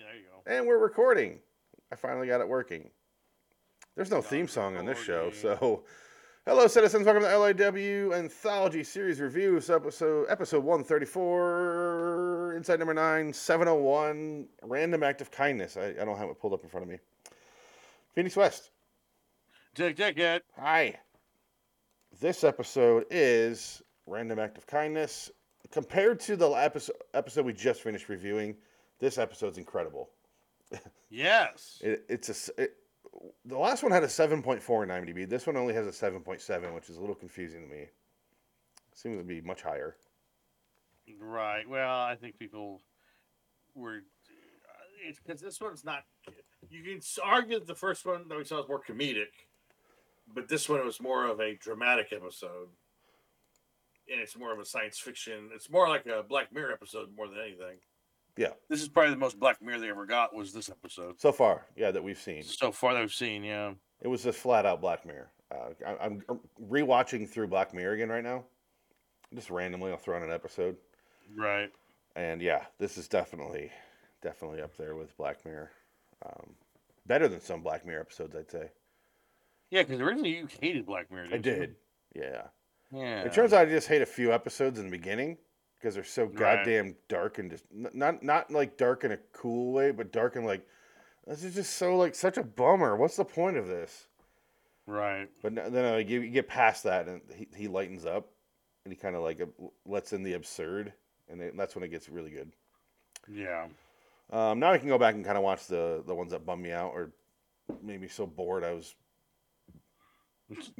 go. And we're recording. I finally got it working. There's no theme Not song on this show, recording. so hello, citizens. Welcome to LAW Anthology Series Review, so episode episode 134, Inside Number Nine, 701, Random Act of Kindness. I, I don't have it pulled up in front of me. Phoenix West. Tick ticket. Hi. This episode is Random Act of Kindness. Compared to the episode, episode we just finished reviewing, this episode's incredible. Yes. It, it's a s- it, the last one had a 7.4 in IMDb. This one only has a 7.7, which is a little confusing to me. Seems to be much higher. Right. Well, I think people were. uh, It's because this one's not. You can s- argue that the first one that we saw was more comedic, but this one was more of a dramatic episode, and it's more of a science fiction. It's more like a Black Mirror episode more than anything. Yeah. This is probably the most Black Mirror they ever got was this episode So far, yeah, that we've seen. so far that I've seen. Yeah. It was a flat out Black Mirror. Uh, I, I'm rewatching through Black Mirror again right now. Just randomly, I'll throw on an episode. Right. And yeah, this is definitely, definitely up there with Black Mirror. Um, better than some Black Mirror episodes, I'd say. Yeah, because originally you hated Black Mirror. I didn't you? did. Yeah. Yeah. It turns out I just hate a few episodes in the beginning because they're so Right. goddamn dark and just n- not not like dark in a cool way, but dark and like this is just so like such a bummer. What's the point of this? Right. But n- then like you, you get past that and he, he lightens up and he kind of like ab- lets in the absurd and then that's when it gets really good. Yeah. Um, now I can go back and kind of watch the the ones that bum me out or made me so bored I was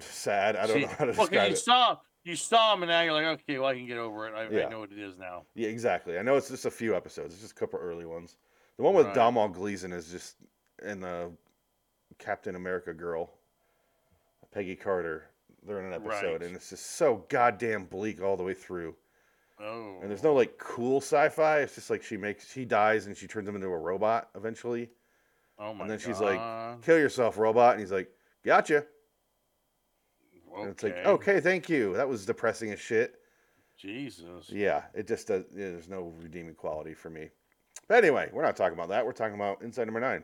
sad. I don't See, know how to well, 'cause describe you it. saw you saw him, and now you're like, okay, well, I can get over it. I, Yeah. I know what it is now. Yeah, exactly. I know it's just a few episodes. It's just a couple early ones. The one with Right. Domhnall Gleeson is just and the Captain America girl, Peggy Carter. They're in an episode, Right. and it's just so goddamn bleak all the way through. Oh, And there's no like cool sci-fi. It's just like she makes she dies and she turns him into a robot eventually. Oh my then she's like, God. Kill yourself, robot. And he's like, Gotcha. And it's like, Okay, thank you. That was depressing as shit. Jesus. Yeah, it just does. Yeah, there's no redeeming quality for me. But anyway, we're not talking about that. We're talking about Inside Number Nine.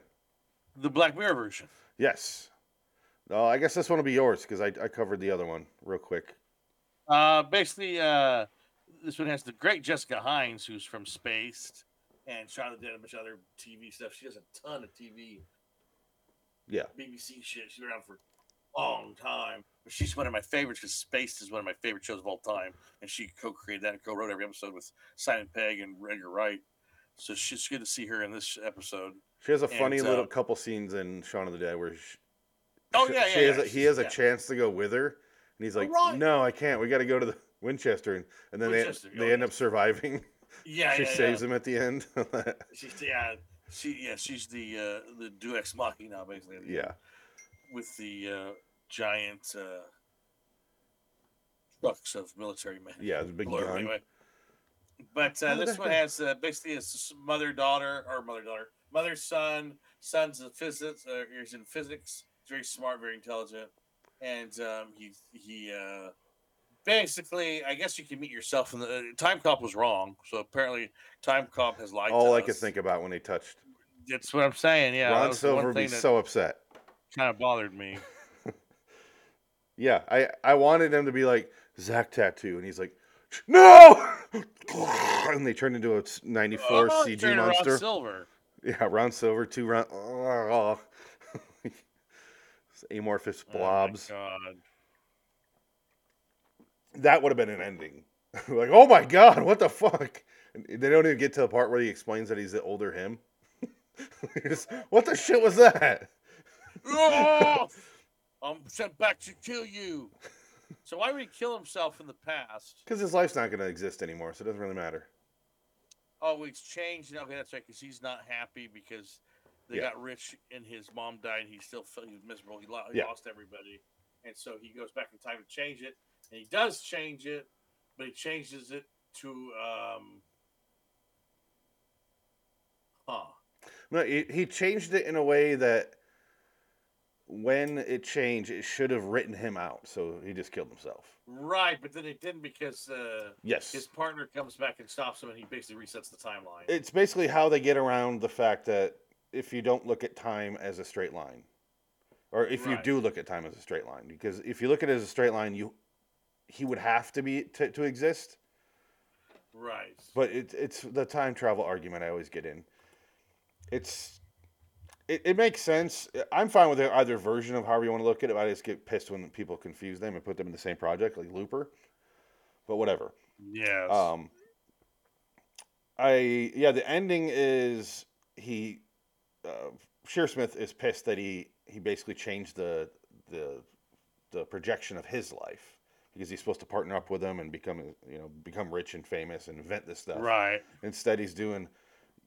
The Black Mirror version. Yes. No, I guess this one will be yours because I, I covered the other one real quick. Uh, basically, uh, this one has the great Jessica Hines, who's from Spaced and Shot of the Dead, and a bunch of other TV stuff. She does a ton of TV, Yeah. BBC shit. She's been around for a long time. But she's one of my favorites because Spaced is one of my favorite shows of all time. And she co created that and co wrote every episode with Simon Pegg and Edgar Wright. So she- it's good to see her in this episode. She has a And, funny little uh, couple scenes in Shaun of the Dead where she, Oh, she- yeah, yeah. she has yeah. a, he has a Yeah. chance to go with her, and he's like, Right. "No, I can't. We got to go to the Winchester," and, and then Winchester, they they oh, end up surviving. Yeah, she yeah, yeah. saves him at the end. She's yeah, she yeah, she's the uh, the Duex Machina basically. yeah, With the uh, giant uh, trucks of military men. yeah, it's a big Blur, gun. anyway. But uh, Oh, this that- one that- has uh, basically it's mother daughter or mother daughter mother son son's in physics uh, he's in physics he's very smart very intelligent and um, he he uh, basically I guess you can meet yourself in the uh, time cop was wrong so apparently time cop has lied. All to I could us. think about when they touched That's what I'm saying. Yeah, that Ron was the Silver one would be thing that so upset. kind of bothered me. Yeah, I I wanted him to be like Zach Tattoo, and he's like, no, and they turned into a s- '94 Oh, CG turn around monster. Silver. yeah, Ron Silver, two Ron, amorphous Oh my blobs. God. that would have been an ending. like, oh my god, what the fuck? And they don't even get to the part where he explains that he's the older him. You're just, what the shit was that? Oh, I'm sent back to kill you. So why would he kill himself in the past? Because his life's not going to exist anymore, so it doesn't really matter. Oh, it's changed. Okay, that's right. Because he's not happy because they Yeah. got rich and his mom died. And he still felt he was miserable. He, lo- he Yeah. lost everybody, and so he goes back in time to change it. And he does change it, but he changes it to um, huh. No, he, he changed it in a way that when it changed, it should have written him out. So he just killed himself. Right, but then it didn't because uh, Yes. his partner comes back and stops him, and he basically resets the timeline. it's basically how they get around the fact that if you don't look at time as a straight line, or if you Right. do look at time as a straight line, because if you look at it as a straight line, you he would have to be to, to exist. Right. But it, it's the time travel argument I always get in. It's it, it makes sense. I'm fine with e-, either version of however you want to look at it. I just get pissed when people confuse them and put them in the same project, like Looper. But whatever. yes. Um, I yeah, the ending is he uh, Shearsmith is pissed that he he basically changed the the the projection of his life because he's supposed to partner up with him and become you know become rich and famous and invent this stuff. right. Instead, he's doing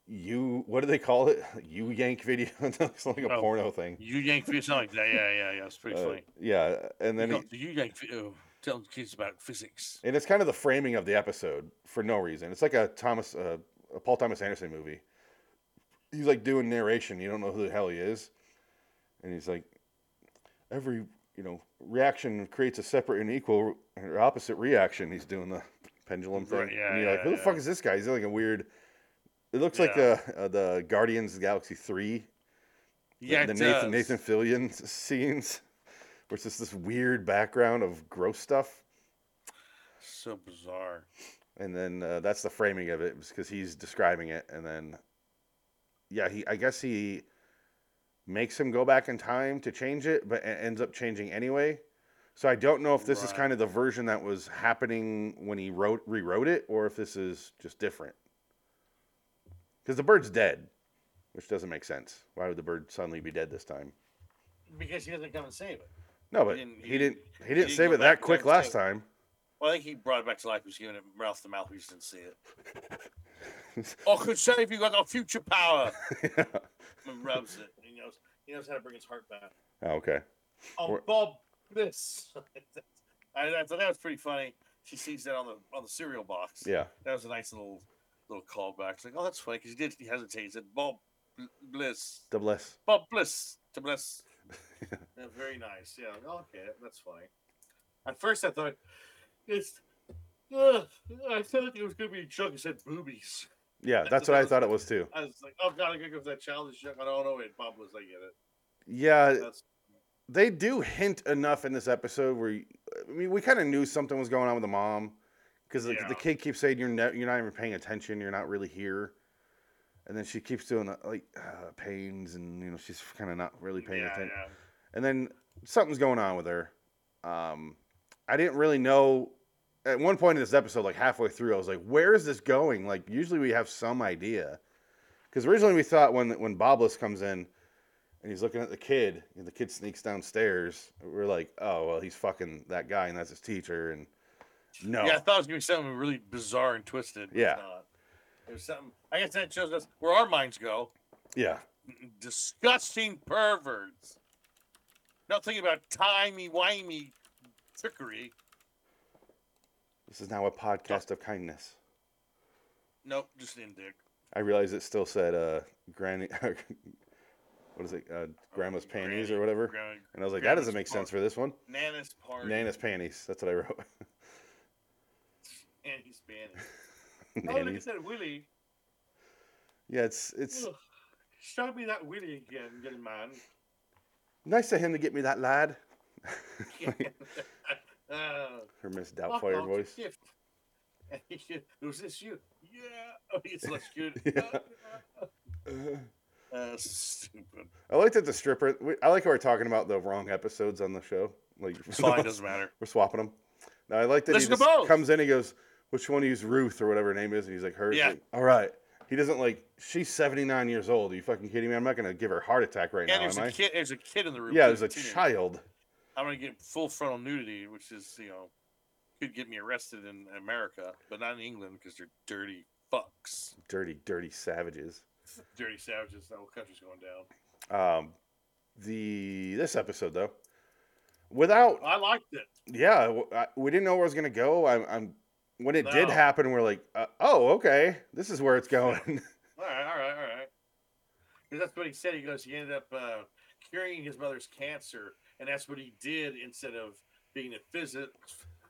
you what do they call it? You yank video? it's like a Oh. porno thing. You yank fish like that. Yeah, yeah, yeah. It's pretty Uh, funny. yeah, and then you, he, got- you yank fi- oh, tell kids about physics. And it's kind of the framing of the episode for no reason. It's like a Thomas, uh, a Paul Thomas Anderson movie. He's like doing narration. You don't know who the hell he is, and he's like, every you know reaction creates a separate and equal or opposite reaction. He's doing the pendulum thing. Right, yeah, and you're like, yeah, who the yeah. fuck is this guy? He's like a weird. It looks like Yeah. the uh, the Guardians of the Galaxy three, the- Yeah, the it does. Nathan Nathan Fillion s- scenes, where it's just this weird background of gross stuff. So bizarre. and then uh, that's the framing of it because he's describing it and then yeah he i guess he makes him go back in time to change it but e- ends up changing anyway so i don't know if this is Right. kind of the version that was happening when he wrote rewrote it or if this is just different because the bird's dead which doesn't make sense why would the bird suddenly be dead this time Because he doesn't come and save it. no but he didn't- didn't he he didn't, didn't- didn't save go it back that in quick time to last save time Well, I think he brought it back to life. He was giving it mouth to mouth. He just didn't see it. I could save you. I got future power. and rubs it. He knows. He knows how to bring his heart back. Oh, okay Oh, Or- Bob, this. I, I thought that was pretty funny. She sees that on the on the cereal box. yeah that was a nice little little callback. It's like, oh, that's funny because he did. He hesitated. He said, Bob Bl- Bliss. double s Bob Bliss to Bliss. Yeah, very nice. Yeah. oh, Okay, that's funny. At first, I thought it's. Ugh, I thought it was gonna be a joke. It said boobies. yeah that's what i thought it was too I was like, oh god, I'm gonna go for that childish joke. I don't know it. Bob Bliss, I get it. yeah That's they do hint enough in this episode where you- I mean we kind of knew something was going on with the mom because the, Yeah. the kid keeps saying you're ne- you're not even paying attention, you're not really here, and then she keeps doing the, like uh, pains and you know she's kind of not really paying yeah, attention, yeah. and then something's going on with her. Um, I didn't really know at one point in this episode, like halfway through, I was like, where is this going? Like usually we have some idea because originally we thought when when Bobless comes in and he's looking at the kid, and the kid sneaks downstairs. We're like, oh well, he's fucking that guy, and that's his teacher. And no, Yeah, I thought it was gonna be something really bizarre and twisted. but it's Yeah. not. It was something. I guess that shows us where our minds go. yeah, Disgusting perverts. Nothing about timey wimey trickery. this is now a podcast of kindness. Nope, just in dick. I realize it still said uh, granny, what is it, uh, Oh, grandma's panties or whatever. Gran- And I was like, that doesn't Granny's make sense par- for this one. Nana's party. Nana's panties. That's what I wrote. Nanny's panties. Oh, look at Nannies. that Willie. Yeah, it's it's Ugh. Show me that Willie again, young man. nice of him to get me that lad. Ah. Her Miss Fuck Doubtfire off, voice. gift. And he should- Who's this you? Yeah. Oh, it's less good. Yeah. Uh, stupid. I like that the stripper. we- I like how we're talking about the wrong episodes on the show. Like It's fine. Doesn't matter. we're swapping them. Now I like that Listen he to just both. comes in and goes, "Which one of you is Ruth or whatever her name is?" And he's like, "Her." He's Yeah. like, All right. He doesn't like. She's seventy nine years old. Are you fucking kidding me? I'm not gonna give her a heart attack right Yeah, now, there's am a I? kid. There's a kid in the room. Yeah, He's there's a teenager. child. I'm gonna get full frontal nudity, which is you know could get me arrested in America, but not in England because they're dirty fucks, Dirty, dirty savages. dirty savages. The whole country's going down. Um, the this episode though, without I liked it. yeah, w I we didn't know where it was gonna go. I'm, I'm when it did No. happen, we're like, uh, oh, okay, this is where it's going. All right, all right, all right. Because that's what he said. He goes, he ended up uh, curing his mother's cancer, and that's what he did instead of being a physic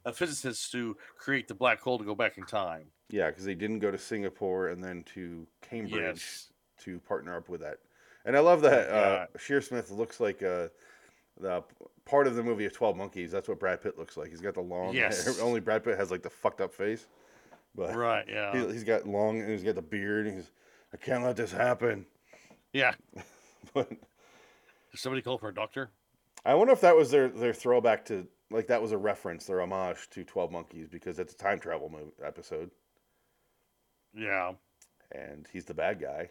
a physicist to create the black hole to go back in time. yeah, because they didn't go to Singapore and then to Cambridge to partner up with that. And I love that uh, Yeah. Shear Smith looks like uh, the part of the movie of Twelve Monkeys. That's what Brad Pitt looks like. He's got the long. Yes. hair. Only Brad Pitt has like the fucked up face, but Right. Yeah. he, he's got long and he's got the beard. And he's I can't let this happen. yeah. But Did somebody call for a doctor? I wonder if that was their their throwback to like that was a reference, their homage to Twelve Monkeys because it's a time travel movie episode Yeah. and he's the bad guy.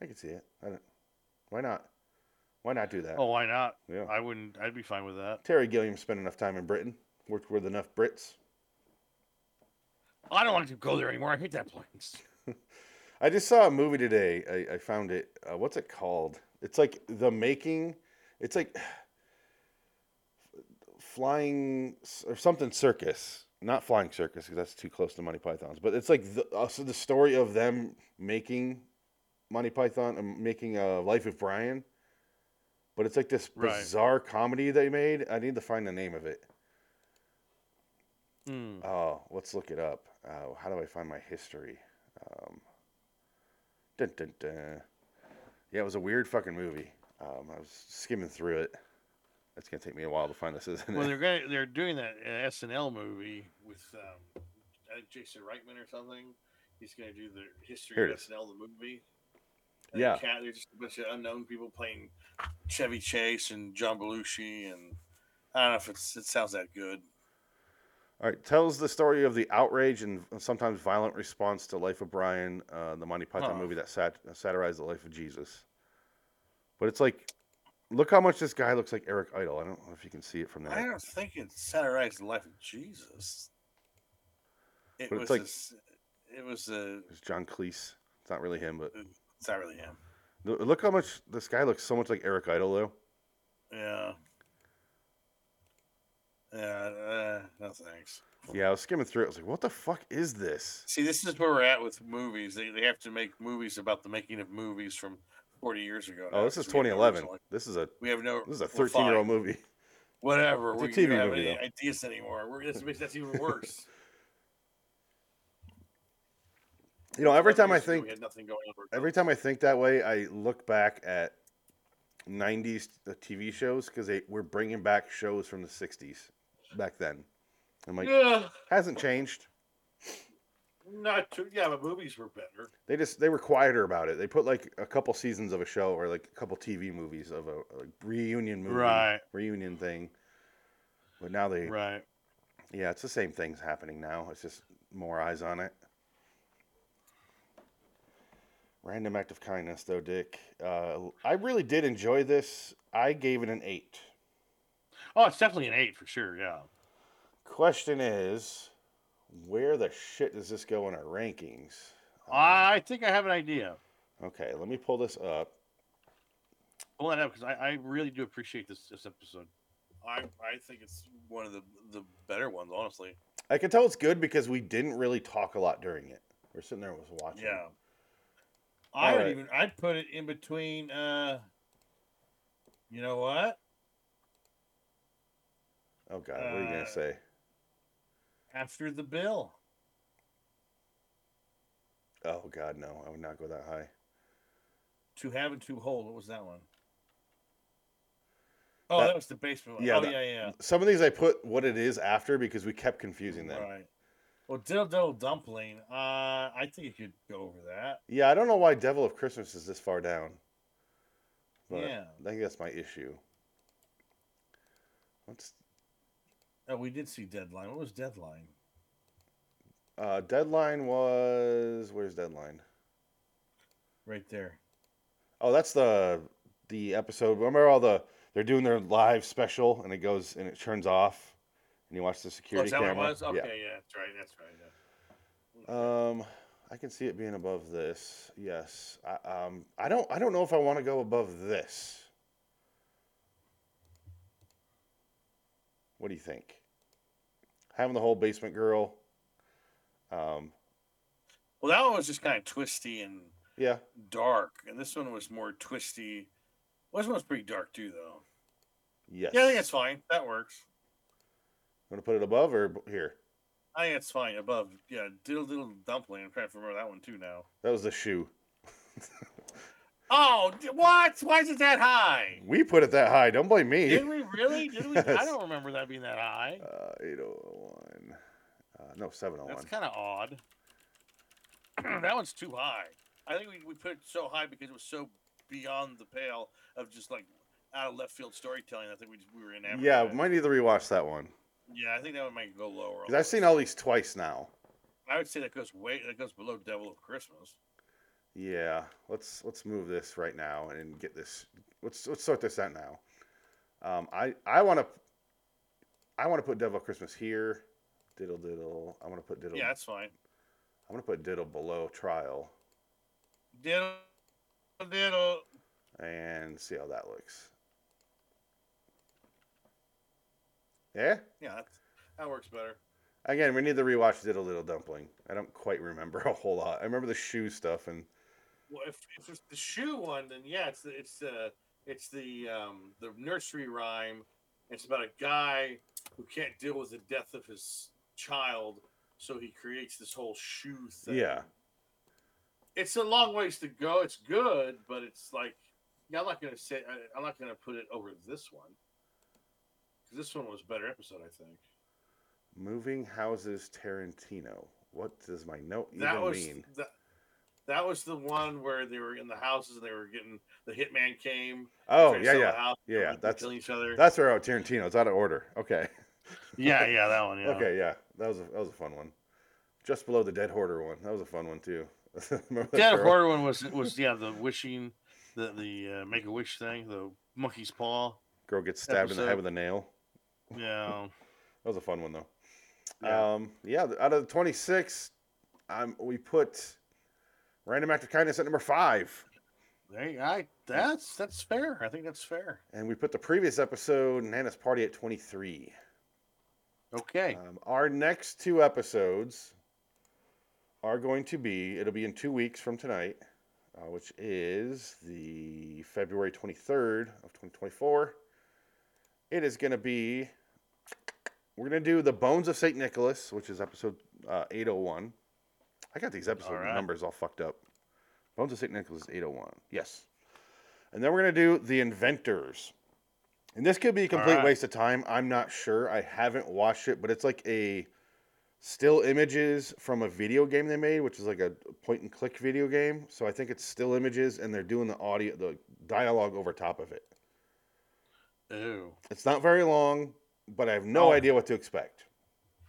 I can see it. I don't, why not? Why not do that? Oh, why not? yeah. I wouldn't. I'd be fine with that. Terry Gilliam spent enough time in Britain, worked with enough Brits. I don't want to go there anymore. I hate that place. I just saw a movie today. I, I found it. Uh, what's it called? It's like the making. It's like flying s- or something circus. Not flying circus because that's too close to Monty Python's. But it's like the, also the story of them making Monty Python and making a Life of Brian. But it's like this Right. bizarre comedy they made. I need to find the name of it. Hmm. Oh, let's look it up. Uh, how do I find my history? Um, dun, dun, dun. Yeah, it was a weird fucking movie. Um, I was skimming through it. It's gonna take me a while to find this, isn't Well, it? they're gonna, they're doing that uh, SNL movie with um, I think Jason Reitman or something. He's going to do the Here history it of is. SNL the movie. Yeah. cat, there's just a bunch of unknown people playing Chevy Chase and John Belushi, and I don't know if it's, it sounds that good. All right, tells the story of the outrage and sometimes violent response to Life of Brian, uh, the Monty Python Huh. movie that sat- satirized the life of Jesus. But it's like, look how much this guy looks like Eric Idle. I don't know if you can see it from there. I don't think it satirized the life of Jesus. It But was it's like- a s- it was a. It's John Cleese. It's not really him, but It's not really him. Look- Look how much this guy looks so much like Eric Idle, though. Yeah. Yeah. Uh, no thanks. Yeah, I was skimming through. it. I was like, "What the fuck is this?" See, this is where we're at with movies. They, they have to make movies about the making of movies from 40 years ago. Oh, now, this is 'cause we have no 2011. original- This is a We have no. this is a we're 13 year old fine. movie. Whatever. It's a We TV don't have movie, any though. ideas anymore. We're, this makes that's even worse. You know, every 40 time I years ago, think we had nothing going on. every time I think that way, I look back at 90s TV shows because they were bringing back shows from the 60s back then. I'm like, yeah, hasn't changed. not too, yeah, but movies were better. They just they were quieter about it. They put like a couple seasons of a show or like a couple TV movies of a like, reunion movie, Right. reunion thing. But now they Right. Yeah, it's the same things happening now. It's just more eyes on it. Random act of kindness, though, Dick. Uh, I really did enjoy this. I gave it an eight. Oh, it's definitely an eight for sure. Yeah. Question is, where the shit does this go in our rankings? Um, I think I have an idea. okay, let me pull this up. Pull that up because I, I really do appreciate this this episode. I, I think it's one of the, the better ones, honestly. I can tell it's good because we didn't really talk a lot during it. We're sitting there, was watching. Yeah. I would Alright. even I'd put it in between uh you know what? Oh God, what are you Uh, gonna say? After the bill. Oh God, no, I would not go that high. To have and to hold. What was that one? Oh, That- that, was the basement one. yeah, oh that- yeah, yeah. Some of these I put what it is after because we kept confusing them. Right. Well dill dill dumpling, uh I think you could go over that. Yeah, I don't know why Devil of Christmas is this far down. But Yeah. I think that's my issue. What's Oh, we did see deadline. What was deadline? uh, deadline was where's deadline? Right there. Oh, that's the the episode. Remember all the they're doing their live special and it goes and it turns off and you watch the Oh, security is that what it camera. was? Okay, Yeah. yeah. that's right, that's right. Yeah. Um, I can see it being above this. Yes. I, um, I don't. I don't know if I want to go above this. What do you think? Having the whole basement girl. Um. Well that one was just kind of twisty and Yeah. dark, and this one was more twisty. Well, this one was pretty dark too, though. Yes. Yeah, I think that's fine. That works. I'm gonna put it above or b- here. I think it's fine. Above, yeah, diddle diddle dumpling. I'm trying to remember that one too now. That was the shoe. Oh, d- what? Why is it that high? We put it that high. Don't blame me. Did we really? Did we? I Yes. don't remember that being that high. Uh, 801. Uh, no, That's 701. kind of odd. that one's too high. I think we, we put it so high because it was so beyond the pale of just like out of left field storytelling. I think we, just, we were in. yeah, might need to rewatch that one. yeah, I think that one might go lower. Because I've seen all these twice now. I would say that goes way that goes below Devil of Christmas. Yeah, let's let's move this right now and get this. Let's let's sort this out now. Um, I I want to I want to put Devil Christmas here. Diddle diddle. I want to put diddle. Yeah, that's fine. I'm gonna put diddle below trial Diddle, diddle. and see how that looks. Yeah. Yeah, that's, that works better. Again, we need to rewatch Diddle Diddle Dumpling. I don't quite remember a whole lot. I remember the shoe stuff and Well, if, if it's the shoe one, then yeah, it's the it's the it's the um, the nursery rhyme. It's about a guy who can't deal with the death of his child, so he creates this whole shoe thing. Yeah. it's a long ways to go. It's good, but it's like yeah, I'm not gonna say I, I'm not gonna put it over this one 'Cause this one was a better episode, I think. Moving Houses Tarantino. What does my note even that was mean? that, that was the one where they were in the houses and they were getting the hitman came. Oh tried to yeah, sell the yeah, house, yeah, everyone that's- killing each other. that's where out Tarantino. It's out of order. Okay, yeah, yeah, that one. Yeah. okay, yeah, that was a, that was a fun one. Just below the Dead Hoarder one. That was a fun one too. Remember that Dad girl? horror one was was yeah the wishing the the uh, make a wish thing the monkey's paw. Girl gets stabbed in the head episode. with a nail. Yeah. That was a fun one though. Yeah. Um, yeah, th- out of the 26, um, we put Random Act of Kindness at number five. Hey, I that's that's fair. I think that's fair. And we put the previous episode, Nana's Party, at 23. Okay. Um, our next two episodes are going to be, it'll be in two weeks from tonight, uh, which is the February 23rd of 2024. It is going to be, we're going to do The Bones of St. Nicholas, which is episode uh, 801. I got these episode Alright. numbers all fucked up. Bones of St. Nicholas is 801. Yes. And then we're going to do The Inventors. And this could be a complete Alright. waste of time. I'm not sure. I haven't watched it, but it's like a still images from a video game they made, which is like a point and click video game. So I think it's still images and they're doing the audio the dialogue over top of it. Uh, Ooh. It's not very long, but I have no Oh. idea what to expect.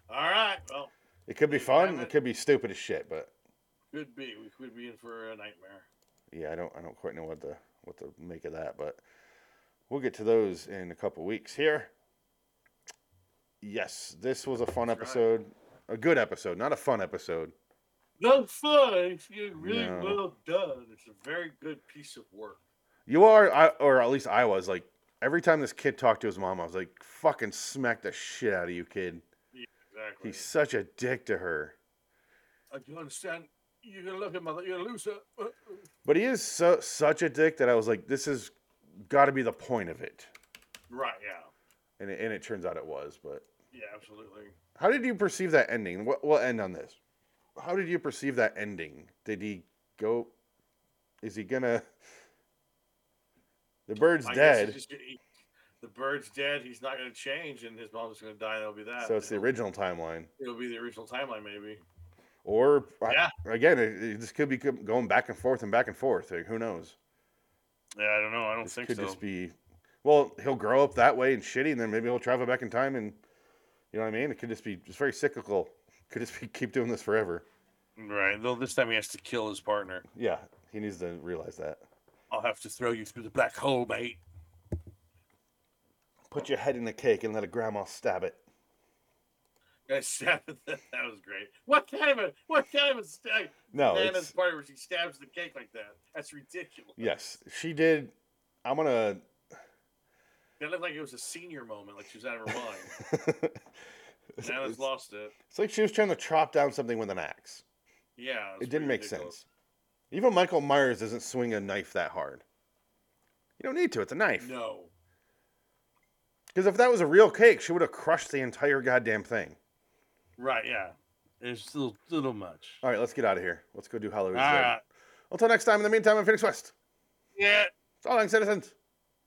All right. Well, It could be If I fun, it haven't- could be stupid as shit, but could be we could be in for a nightmare. yeah, I don't I don't quite know what to what to make of that, but we'll get to those in a couple weeks here. Yes, this was a fun That's right. episode. A good episode, not a fun episode. No fun. You really No. well done. It's a very good piece of work. You are, I, or at least I was. Like every time this kid talked to his mom, I was like, "Fucking smack the shit out of you, kid." Exactly. He's such a dick to her. I do understand. You're gonna Uh, look at mother. You're a loser. But he is so such a dick that I was like, "This has got to be the point of it." Right. Yeah. And it, and it turns out it was. But Yeah. Absolutely. how did you perceive that ending? What, we'll end on this. How did you perceive that ending? Did he go? Is he gonna? The bird's I guess dead, it's just- he- the bird's dead. He's not going to change, and his mom's going to die. and That'll be that. so it's the it'll, original timeline. it'll be the original timeline, maybe. Or I- Yeah. again, it, it- this could be go- going back and forth and back and forth. Like, who knows? Yeah, I don't know. I don't This think could so. just be. Well, he'll grow up that way and shitty, and then maybe he'll travel back in time, and you know what I mean. It could just be. It's very cyclical. Could just be keep doing this forever. Right. Though this time he has to kill his partner. Yeah, he needs to realize that. I'll have to throw you through the black hole, mate. Put your head in the cake and let a grandma stab it. And I stabbed it. That was great. What kind of a what kind of a stab? No, Nana's Oh, it's, party where she stabs the cake like that. That's ridiculous. yes, she did. I'm gonna That looked like it was a senior moment. Like she was out of her mind. Nana's lost it. It's like she was trying to chop down something with an axe. Yeah. was It pretty didn't make ridiculous. sense. Even Michael Myers doesn't swing a knife that hard. You don't need to. It's a knife. No. Because if that was a real cake, she would have crushed the entire goddamn thing. Right. Yeah. It's a little, little much. Oh, Ah. All right, let's get out of here. Let's go do Halloween. All right. Until next time, in the meantime, I'm Phoenix West. Yeah. So long, citizens.